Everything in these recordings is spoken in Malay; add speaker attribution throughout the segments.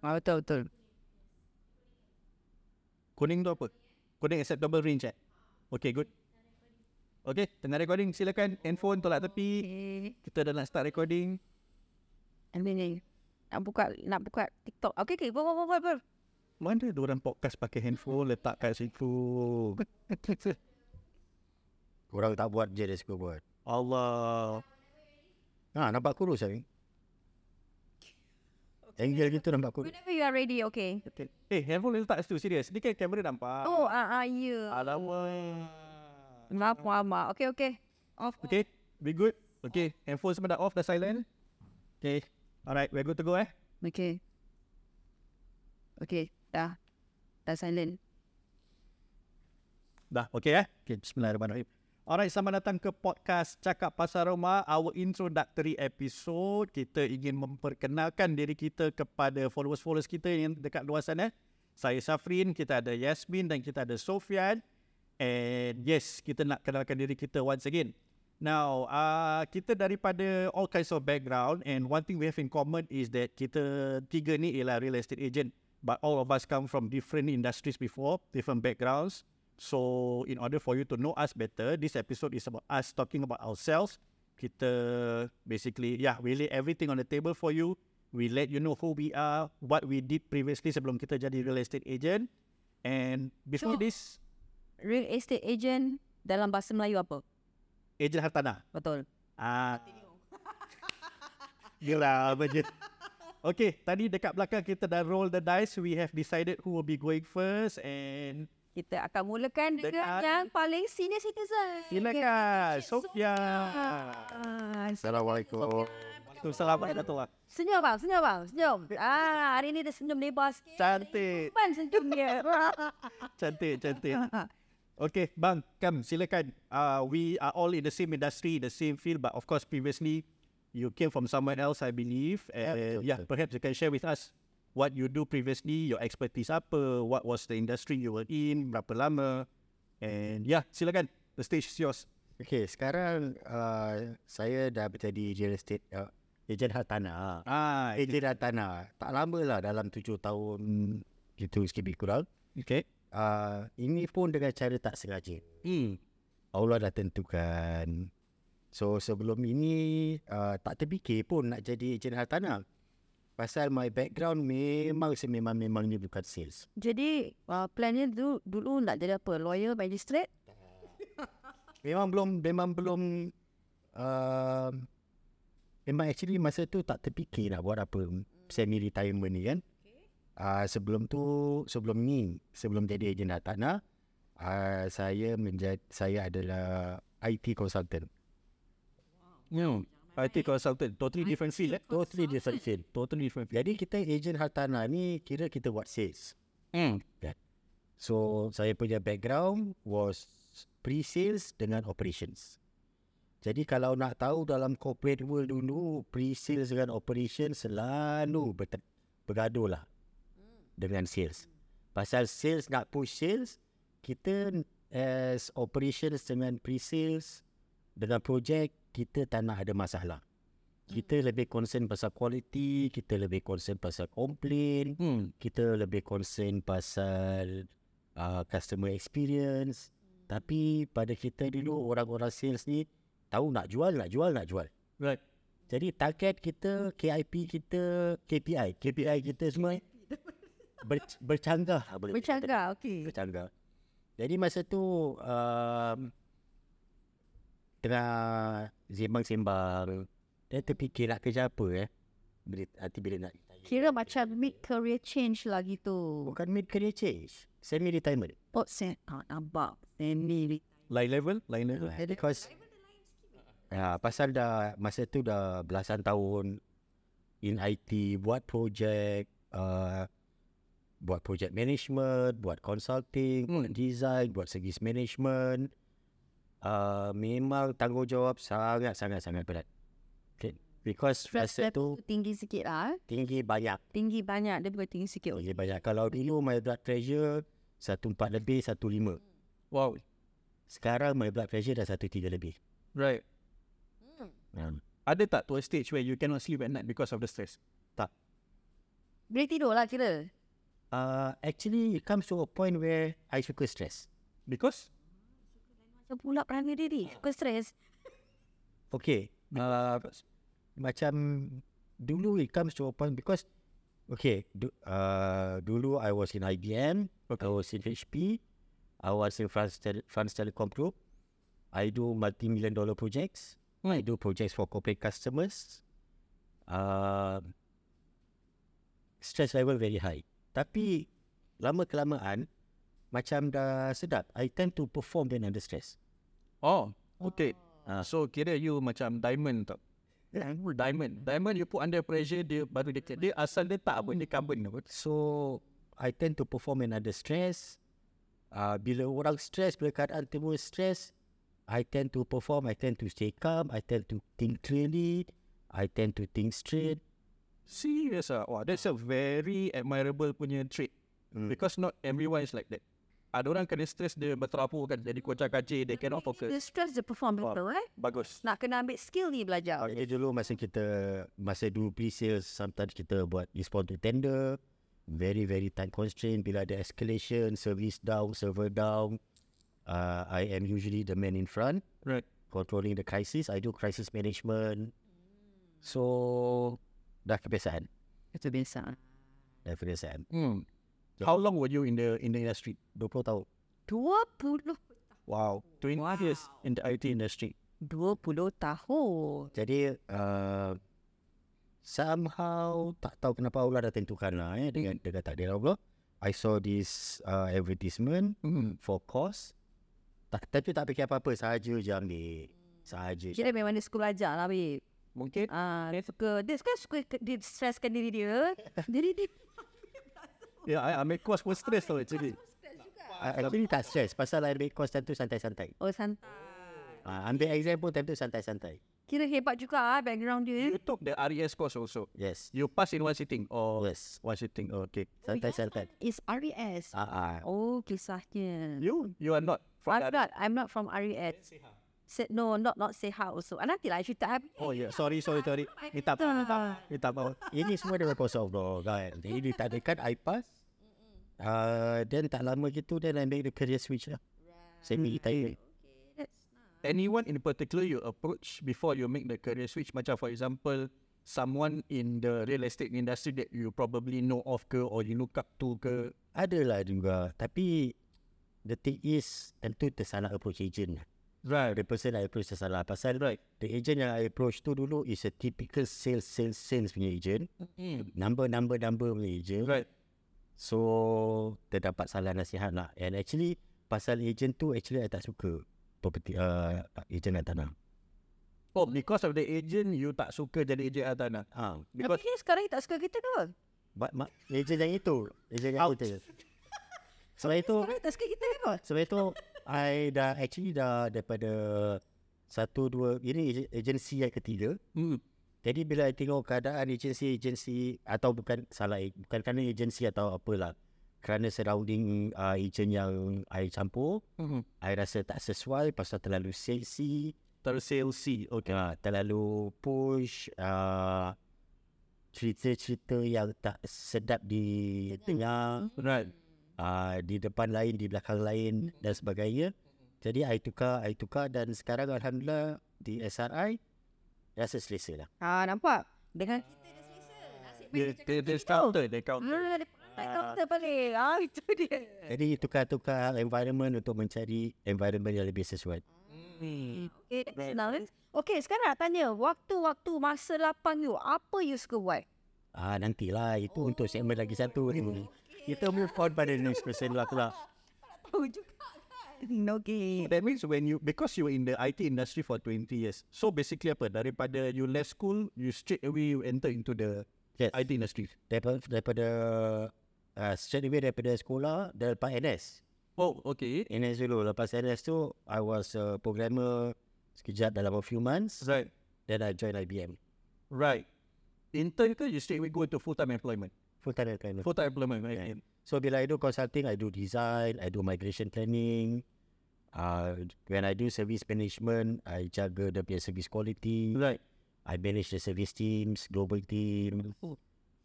Speaker 1: Ah, betul betul.
Speaker 2: Kuning tu apa? Kuning acceptable range eh? Okay, good. Okay, tengah recording silakan handphone tolak tepi.
Speaker 1: Okay.
Speaker 2: Kita dah nak start recording.
Speaker 1: Ambil ni. Nak buka nak buka TikTok. Okay, okay. Go go go go. go.
Speaker 2: Mana ada orang podcast pakai handphone letak kat situ.
Speaker 3: Orang tak buat je dia suka buat.
Speaker 2: Allah.
Speaker 3: Ha, nampak kurus Abi. Angle gitu nampak kurus.
Speaker 1: Whenever you are ready, okay.
Speaker 2: Okay. Eh, handphone letak kat situ serius. Ni kan kamera nampak.
Speaker 1: Oh, ah ah ya.
Speaker 2: Alamak.
Speaker 1: Maaf, maaf, maaf. Okay, okay. Off.
Speaker 2: Okay, we good. Okay, handphone semua dah off, dah silent. Okay, alright, we're good to go eh.
Speaker 1: Okay. Okay, dah. Dah silent.
Speaker 2: Dah, okay eh. Okay, bismillahirrahmanirrahim. Alright, selamat datang ke podcast Cakap Pasar Rumah, our introductory episode. Kita ingin memperkenalkan diri kita kepada followers-followers kita yang dekat luar sana. Saya Safrin, kita ada Yasmin dan kita ada Sofian. And yes, kita nak kenalkan diri kita once again. Now, uh, kita daripada all kinds of background and one thing we have in common is that kita tiga ni ialah real estate agent. But all of us come from different industries before, different backgrounds. So in order for you to know us better, this episode is about us talking about ourselves. Kita basically, yeah, we lay everything on the table for you. We let you know who we are, what we did previously sebelum kita jadi real estate agent. And before
Speaker 1: Sure.
Speaker 2: this,
Speaker 1: Real estate agent dalam bahasa Melayu apa?
Speaker 2: agent hartanah.
Speaker 1: Betul.
Speaker 2: Ah. Gila apa je. Okay, tadi dekat belakang kita dah roll the dice. We have decided who will be going first and
Speaker 1: Kita akan mulakan dengan
Speaker 2: Dengan-
Speaker 1: yang paling senior citizen.
Speaker 2: silakan
Speaker 1: Encik
Speaker 2: Sofia.
Speaker 1: Ah,
Speaker 3: Assalamualaikum.
Speaker 2: Waalaikumsalam warahmatullahi
Speaker 1: Senyum bang, senyum bang, senyum. Ah, hari ni dia senyum lebar sikit.
Speaker 2: Cantik.
Speaker 1: Ban senyum dia.
Speaker 2: Cantik, cantik. Okay, bang, come silakan. Uh, we are all in the same industry, the same field, but of course previously you came from somewhere else, I believe. And
Speaker 3: betul,
Speaker 2: yeah,
Speaker 3: betul.
Speaker 2: perhaps you can share with us what you do previously, your expertise apa, what was the industry you were in, berapa lama, and yeah, silakan. The stage is yours.
Speaker 3: Okay, sekarang uh, saya dah menjadi real estate uh, agent hartanah.
Speaker 2: Ah,
Speaker 3: Agent hartanah. Tak lama lah dalam tujuh tahun gitu sikit lebih kurang.
Speaker 2: okay.
Speaker 3: Uh, ini pun dengan cara tak sengaja.
Speaker 2: Hmm.
Speaker 3: Allah dah tentukan. So sebelum ini uh, tak terfikir pun nak jadi ejen hartanah. Pasal my background memang sememang memangnya bukan sales.
Speaker 1: Jadi, uh, plannya dulu, dulu nak jadi apa? Lawyer, magistrate?
Speaker 3: Memang belum memang belum uh, memang actually masa tu tak terfikir nak buat apa semi retirement ni kan. Uh, sebelum tu sebelum ni sebelum jadi ejen hartanah uh, saya menjadi saya adalah IT consultant.
Speaker 2: No. IT Ya. consultant, totally different field. Eh?
Speaker 3: Totally different field.
Speaker 2: Totally different field.
Speaker 3: Jadi kita ejen hartanah ni kira kita buat sales.
Speaker 2: Hmm.
Speaker 3: So saya punya background was pre-sales dengan operations. Jadi kalau nak tahu dalam corporate world dulu pre-sales dengan operations selalu ber- bergaduh lah dengan sales. Pasal sales nak push sales, kita as operations dengan pre-sales dengan project kita tak nak ada masalah. Kita lebih concern pasal quality, kita lebih concern pasal complaint,
Speaker 2: Hmm.
Speaker 3: kita lebih concern pasal uh, customer experience tapi pada kita dulu orang-orang sales ni tahu nak jual nak jual nak jual
Speaker 2: Right.
Speaker 3: jadi target kita KIP kita KPI KPI kita semua ber, bercanggah lah boleh
Speaker 1: Bercakap, okey.
Speaker 3: bercanggah jadi masa tu um, tengah sembang-sembang dan terfikir nak kerja apa eh bila, nanti bila nak retire.
Speaker 1: Kira macam mid-career change lah gitu.
Speaker 3: bukan mid career change semi retirement
Speaker 1: Pot sen, ah, nampak. Seni.
Speaker 2: Lain level, lain level.
Speaker 3: Because Ya, pasal dah masa tu dah belasan tahun in IT buat projek uh, buat projek management, buat consulting,
Speaker 2: Hmm.
Speaker 3: buat design, buat service management. Uh, memang tanggungjawab sangat sangat sangat berat. Okay. Because
Speaker 1: Stress level
Speaker 3: masa tu
Speaker 1: tu tinggi sikit lah. eh.
Speaker 3: tinggi banyak
Speaker 1: Tinggi banyak, dia bukan tinggi sikit.
Speaker 3: tinggi banyak. Kalau dulu my blood pressure 1.4 lebih 1.5.
Speaker 2: Wow.
Speaker 3: Sekarang my blood pressure dah 1.3 lebih.
Speaker 2: Right.
Speaker 3: Hmm.
Speaker 2: Ada tak to a stage where you cannot sleep at night because of the stress?
Speaker 1: Boleh tidur lah kira.
Speaker 3: Uh, actually, it comes to a point where I suka stress.
Speaker 2: Because
Speaker 1: Macam pula perangai diri. Suka stres.
Speaker 3: Okay. Uh, macam dulu it comes to a point because okay, du, uh, dulu I was in IBM, okay. I was in HP, I was in France, Tel- France Telecom Group. I do multi-million dollar projects. I do projects for corporate customers. Uh, stress level very high. Tapi lama kelamaan macam dah sedap. I tend to perform then under stress.
Speaker 2: Oh, okay.
Speaker 3: Ah.
Speaker 2: So kira you macam diamond tak? Diamond. Diamond you put under pressure dia baru dia dia asal dia tak apa dia carbon apa.
Speaker 3: So I tend to perform when under stress. Uh, bila orang stress, bila keadaan timbul stress, I tend to perform, I tend to stay calm, I tend to think clearly, I tend to think straight.
Speaker 2: Serious ah. Wah, that's a very admirable punya trait.
Speaker 3: Mm.
Speaker 2: Because not everyone is like that. Ada orang kena stress dia berterapur kan jadi kocak kacir dia cannot
Speaker 1: Dia
Speaker 2: focus.
Speaker 1: stres dia perform
Speaker 2: Faham.
Speaker 1: betul eh.
Speaker 2: Bagus.
Speaker 1: Nak kena ambil skill ni belajar.
Speaker 3: Jadi dulu masa kita masa dulu pre-sales sometimes kita buat respond to tender very very time constraint bila ada escalation service down server down uh, I am usually the man in front
Speaker 2: Right.
Speaker 3: controlling the crisis I do crisis management so dah kebiasaan
Speaker 1: Itu biasa.
Speaker 3: dah kebiasaan
Speaker 2: Hmm. How long were you in the in the industry?
Speaker 3: 20 tahun
Speaker 1: 20,
Speaker 2: Wow. 20
Speaker 1: Wow.
Speaker 2: years in the IT industry.
Speaker 1: 20 tahun.
Speaker 3: jadi uh, somehow tak tahu kenapa Allah dah tentukan lah eh, dengan dengan takdir Allah I saw this uh, advertisement
Speaker 2: Hmm.
Speaker 3: for course tak, tapi tak fikir apa-apa saja je ambil saja je
Speaker 1: Kira memang dia suka belajar lah babe.
Speaker 2: Mungkin
Speaker 1: Ah, dia suka, dia suka, suka dia streskan diri dia. Jadi dia
Speaker 2: ya yeah, I ambil course pun stress tau actually.
Speaker 3: Ah, actually tak stress pasal I ambil course time tu santai-santai
Speaker 1: oh santai.
Speaker 3: uh, ambil exam pun time tu santai-santai
Speaker 1: Kira hebat juga ah background dia.
Speaker 2: You took the RES course also.
Speaker 3: yes
Speaker 2: You pass in one sitting Oh, or
Speaker 3: yes
Speaker 2: one sitting. oh, Okay.
Speaker 3: santai-santai
Speaker 1: Is RES.
Speaker 3: ah ah
Speaker 1: Oh kisahnya.
Speaker 2: You you are not from
Speaker 1: I'm
Speaker 2: the
Speaker 1: not I'm not from RES. Said no, not not Seha also. Ah, nanti lah cerita habis.
Speaker 2: Oh ya, yeah. sorry sorry sorry. Minta maaf,
Speaker 1: Ah.
Speaker 2: minta maaf, minta maaf.
Speaker 3: Ini semua dengan kuasa Allah kan. Jadi ditakdirkan I pass. Uh, then tak lama gitu then I make the career switch lah. Saya right. retired.
Speaker 2: Anyone in particular you approach before you make the career switch macam for example someone in the real estate industry that you probably know of ke or you look up to ke
Speaker 3: Adalah lah juga. Tapi the thing is tentu tersalah approach agent. lah.
Speaker 2: right
Speaker 3: The person I approach tersalah. Pasal
Speaker 2: Right.
Speaker 3: the agent yang I approach tu dulu is a typical sales, sales, sales punya agent.
Speaker 1: Hmm.
Speaker 3: Number, number, number punya agent.
Speaker 2: right
Speaker 3: So terdapat salah nasihat lah. And actually pasal agent tu actually I tak suka. Property, uh, agent dan tanah.
Speaker 2: oh because of the agent you tak suka jadi agent Atana
Speaker 3: Ah,
Speaker 1: Tapi
Speaker 2: because
Speaker 1: dia sekarang dia tak suka kita ke?
Speaker 3: Ba- ma- Ejen yang itu Ejen yang itu Sebab itu
Speaker 1: Sekarang dia tak suka kita ke?
Speaker 3: Sebab itu I dah actually dah Daripada Satu dua Ini ejen- agensi yang ketiga
Speaker 2: hmm,
Speaker 3: Jadi bila I tengok keadaan agensi-agensi Atau bukan salah eh, Bukan kerana agensi atau apalah Kerana surrounding uh, Ejen yang I campur
Speaker 2: hmm.
Speaker 3: I rasa tak sesuai Pasal terlalu sexy
Speaker 2: terus salesy okay
Speaker 3: uh, Terlalu push uh, Cerita-cerita yang tak sedap di tengah
Speaker 2: right
Speaker 3: uh, di depan lain, di belakang lain dan sebagainya. Jadi I tukar, I tukar dan sekarang Alhamdulillah di SRI rasa selesa lah.
Speaker 1: Ha nampak. Dengan kita dia selesa. Nasib
Speaker 2: they they, they counter they counter
Speaker 1: Ah, dia pandai counter balik. Ah, itu dia.
Speaker 3: Jadi tukar-tukar environment untuk mencari environment yang lebih sesuai.
Speaker 1: Hmm.
Speaker 2: Hmm.
Speaker 1: Okay, that's nice. Okay, eh? sekarang nak tanya. Waktu-waktu masa lapang you, apa you suka buat?
Speaker 3: Ah nantilah itu oh. untuk segmen lagi satu ni. Kita move on pada next person lah tu lah.
Speaker 1: Tahu Oh, juga kan? Okay.
Speaker 2: that means when you because you were in the IT industry for 20 years so basically apa daripada you left school you straight away you enter into the
Speaker 3: Yes.
Speaker 2: IT industry
Speaker 3: Daripada, daripada uh, straight away daripada sekolah dan lepas NS.
Speaker 2: oh okay
Speaker 3: NS dulu. Lepas NS tu I was a programmer sekejap dalam a few months.
Speaker 2: right
Speaker 3: Then I join IBM.
Speaker 2: Right. Intern ke you straight away go to full time employment.
Speaker 3: Full time employment.
Speaker 2: Full time employment. Right?
Speaker 3: Right. So bila I do consulting, I do design, I do migration planning. Uh, when I do service management, I jaga dia punya service quality.
Speaker 2: right.
Speaker 3: I manage the service teams, global team.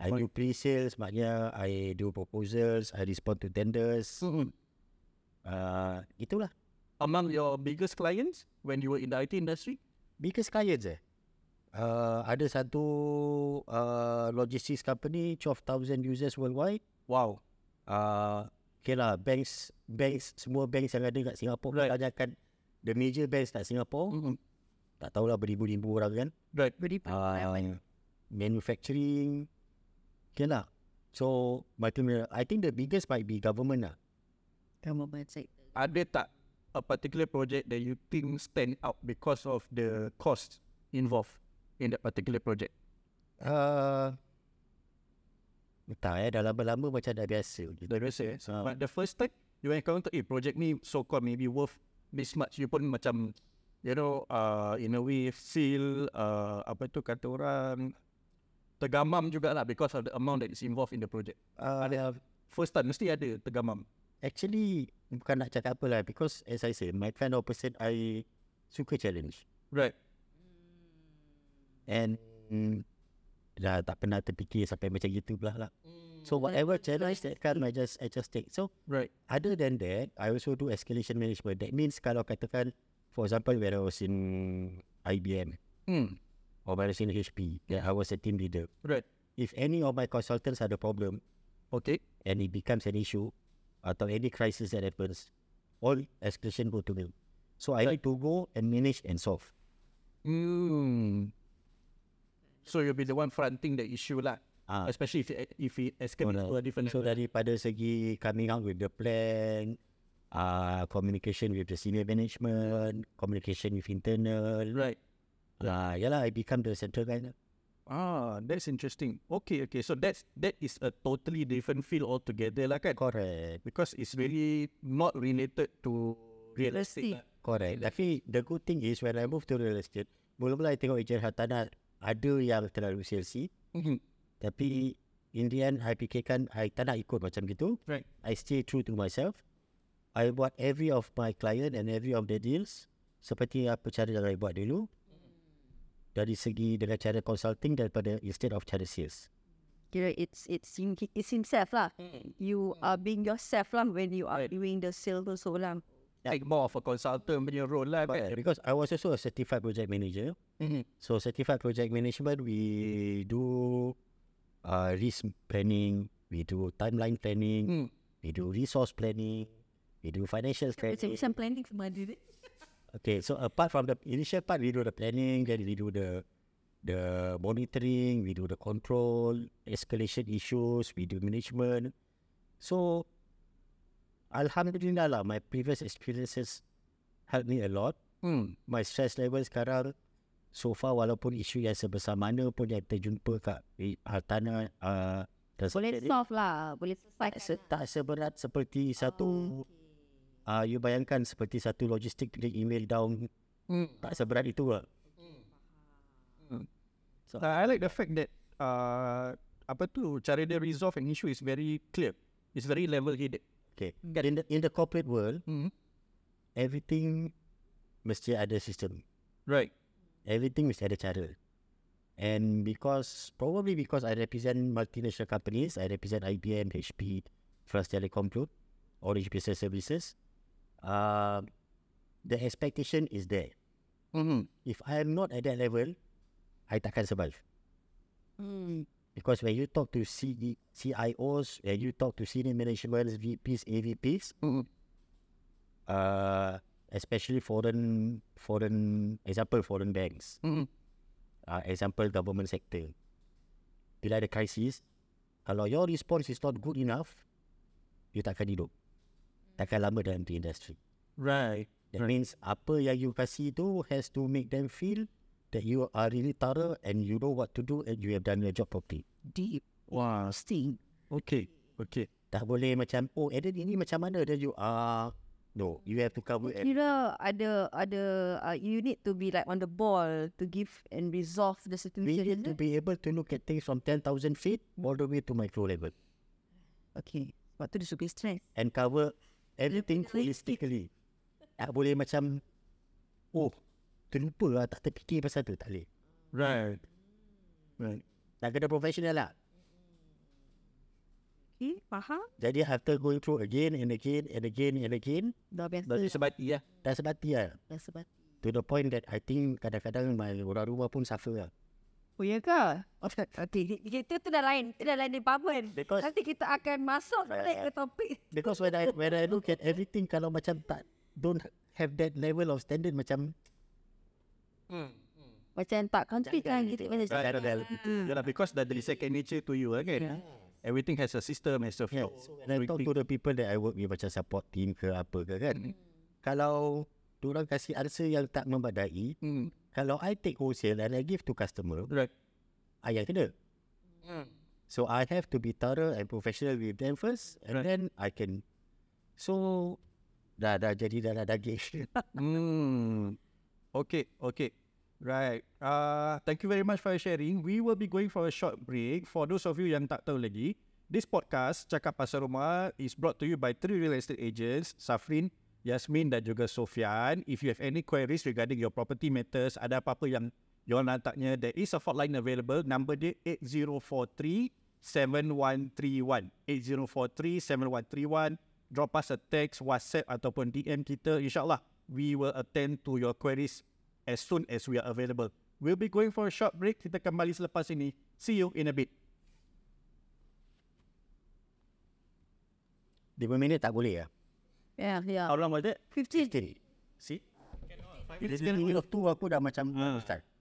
Speaker 3: I do pre-sales maknanya I do proposals, I respond to tenders.
Speaker 2: Hmm.
Speaker 3: Uh, itulah.
Speaker 2: Among your biggest clients when you were in the IT industry?
Speaker 3: Biggest clients eh. Uh, ada satu uh, logistics company 12,000 users worldwide.
Speaker 2: Wow.
Speaker 3: Uh, okay lah banks banks semua banks yang ada kat Singapura
Speaker 2: Right.
Speaker 3: right. kebanyakan the major banks kat Singapura
Speaker 2: Mm-hmm.
Speaker 3: tak tahulah beribu-ribu orang kan.
Speaker 2: Right.
Speaker 3: uh, manufacturing. Okay lah. So, multi- I think the biggest might be government lah.
Speaker 1: Government sector.
Speaker 2: Ada tak a particular project that you think stand out because of the cost involved in that particular project?
Speaker 3: Uh, entah eh, dah lama-lama macam dah biasa.
Speaker 2: Dah biasa eh.
Speaker 3: Ah.
Speaker 2: But the first time you encounter eh project ni so called maybe worth this much you pun macam you know uh, in a way feel uh, apa tu kata orang tergamam jugalah because of the amount that is involved in the project.
Speaker 3: Uh,
Speaker 2: First time mesti ada tergamam.
Speaker 3: actually, bukan nak cakap apa lah. Because as I say, my kind of person, I suka challenge.
Speaker 2: Right.
Speaker 3: And mm, dah tak pernah terfikir sampai macam gitu pula lah. So, whatever challenge that come, I just, I just take. So,
Speaker 2: Right.
Speaker 3: other than that, I also do escalation management. That means kalau katakan, for example, when I was in IBM
Speaker 2: Hmm.
Speaker 3: or when I was in HP, yeah, I was a team leader.
Speaker 2: Right.
Speaker 3: If any of my consultants had a problem
Speaker 2: Okay.
Speaker 3: and it becomes an issue atau any crisis that happens, all escalation go to me. So I need to go and manage and solve.
Speaker 2: Hmm. So you'll be the one fronting the issue lah.
Speaker 3: Ah.
Speaker 2: Especially if it, if it escalates
Speaker 3: Oh, no.
Speaker 2: to a different
Speaker 3: So daripada segi coming out with the plan, uh, communication with the senior management, communication with internal,
Speaker 2: right.
Speaker 3: uh, yalah, I become the central guy. lah.
Speaker 2: Ah, that's interesting. Okay, okay. So that's that is a totally different field altogether lah kan?
Speaker 3: Correct.
Speaker 2: Because it's really not related to Mm-hmm. real
Speaker 1: Real estate.
Speaker 2: estate. lah.
Speaker 3: Correct. Tapi the good thing is when I move to real estate, mula-mula I tengok ejen hartanah ada yang terlalu salesy.
Speaker 2: Mhm.
Speaker 3: Tapi in the end, I fikirkan I tak nak ikut macam gitu.
Speaker 2: Right.
Speaker 3: I stay true to myself. I buat every of my client and every of the deals seperti apa cara yang I buat dulu. Dari segi dengan cara consulting daripada instead of cara sales.
Speaker 1: Kira it's it's him- it's himself lah.
Speaker 2: Mm.
Speaker 1: You are being yourself lah when you are
Speaker 2: Right.
Speaker 1: doing the sale tu lah. seorang.
Speaker 2: Like more of a consultant punya role lah
Speaker 3: Correct.
Speaker 2: kan?
Speaker 3: Because I was also a certified project manager.
Speaker 2: Mhm.
Speaker 3: So certified project management, we do uh, risk planning, we do timeline planning,
Speaker 2: Hmm.
Speaker 3: we do resource planning, we do financial
Speaker 1: Macam
Speaker 3: planning.
Speaker 1: macam planning semua diri.
Speaker 3: Okay, so apart from the initial part, we do the planning, then we do the the monitoring, we do the control, escalation issues, we do management. So, Alhamdulillah lah, my previous experiences helped me a lot.
Speaker 2: Hmm.
Speaker 3: my stress level sekarang so far walaupun isu yang sebesar mana pun yang terjumpa kat eh, hartanah uh, dan
Speaker 1: Boleh
Speaker 3: sebagainya,
Speaker 1: solve lah. Boleh
Speaker 3: tak
Speaker 1: selesai.
Speaker 3: se- tak seberat seperti satu uh, you bayangkan seperti satu logistik dia email down
Speaker 2: Hmm.
Speaker 3: tak seberat itu lah.
Speaker 2: So, I like the fact that uh, apa tu cara dia resolve an issue is very clear. It's very level headed.
Speaker 3: Okay. In the, in the corporate world,
Speaker 2: Mm-hmm.
Speaker 3: everything mesti ada sistem.
Speaker 2: Right.
Speaker 3: Everything mesti ada cara. And because probably because I represent multinational companies, I represent IBM, HP, First Telecom Group, Orange Business Services. Uh, the expectation is there.
Speaker 2: Mm-hmm.
Speaker 3: If I am not at that level, I takkan survive.
Speaker 1: Hmm.
Speaker 3: Because when you talk to CE, CIOs, when you talk to senior managements, VPs, AVPs,
Speaker 2: Mm-hmm.
Speaker 3: uh, especially foreign, foreign example foreign banks,
Speaker 2: Mm-hmm.
Speaker 3: uh, example government sector. Bila ada krisis, kalau your response is not good enough, you takkan hidup. Takkan lama dalam the industry.
Speaker 2: Right.
Speaker 3: That means apa yang you kasih tu has to make them feel that you are really thorough and you know what to do and you have done your job properly.
Speaker 2: Deep. Wah. Sting. Okay. Okay.
Speaker 3: Tak boleh macam, oh Eden ini macam mana? Then you are, no, you have to cover everything.
Speaker 1: Kira ada ada uh, you need to be like on the ball to give and resolve the
Speaker 3: We
Speaker 1: situation.
Speaker 3: need to be able to look at things from 10,000 feet all the way to micro level
Speaker 1: Okay. Sebab tu dia suka stress.
Speaker 3: and cover everything
Speaker 1: realistic.
Speaker 3: holistically. Tak boleh macam, oh, terlupa lah, tak terfikir pasal tu, tak boleh.
Speaker 2: Right. Right.
Speaker 3: Nak kena professional lah.
Speaker 1: Okay, faham?
Speaker 3: Jadi after going through again and again and again and again,
Speaker 1: Dah biasa.
Speaker 2: Berarti sebati lah.
Speaker 3: dah sebati lah.
Speaker 1: Dah sebati.
Speaker 3: To the point that I think kadang-kadang my orang rumah pun suffer lah.
Speaker 1: Oh, ya ke? Okay, kita tu dah lain. Itu dah lain department.
Speaker 3: Because
Speaker 1: Nanti kita akan masuk balik ke topik.
Speaker 3: because when I when I look at everything kalau macam tak don't have that level of standard macam
Speaker 1: Macam tak country kan
Speaker 3: Jangan
Speaker 1: kita
Speaker 3: gitu.
Speaker 1: mana
Speaker 3: Jangan.
Speaker 1: cakap.
Speaker 3: Dah- dah-
Speaker 1: Hmm.
Speaker 2: Yalah, Ya lah, because dah jadi second nature to you lah kan. Everything has a system, has a
Speaker 3: yeah.
Speaker 2: flow.
Speaker 3: So when I talk to the people that I work with macam support team ke apa ke kan.
Speaker 2: Mm.
Speaker 3: Kalau orang kasih answer yang tak membadai,
Speaker 2: Hmm.
Speaker 3: kalau I take wholesale and I give to customer,
Speaker 2: Right. Hmm.
Speaker 3: I yang kena. So I have to be thorough and professional with them first and
Speaker 2: Right.
Speaker 3: then I can so dah dah jadi dah dah daging.
Speaker 2: Hmm. Okay, okay. Right. Uh, thank you very much for sharing. We will be going for a short break. For those of you yang tak tahu lagi, this podcast Cakap Pasal Rumah is brought to you by three real estate agents, Safrin, Yasmin dan juga Sofian. If you have any queries regarding your property matters, ada apa-apa yang you all nak tanya, there is a hotline available. Number dia 8043 7131. 8043 7131. Drop us a text, WhatsApp ataupun DM kita. InsyaAllah, we will attend to your queries as soon as we are available. We'll be going for a short break. Kita kembali selepas ini. See you in a bit.
Speaker 3: 5 minit tak boleh ah.
Speaker 1: Ya, ya.
Speaker 2: How long was that?
Speaker 1: 15.
Speaker 3: Still.
Speaker 2: See?
Speaker 3: Bila of tu aku dah macam
Speaker 2: kan? Ah.
Speaker 3: start.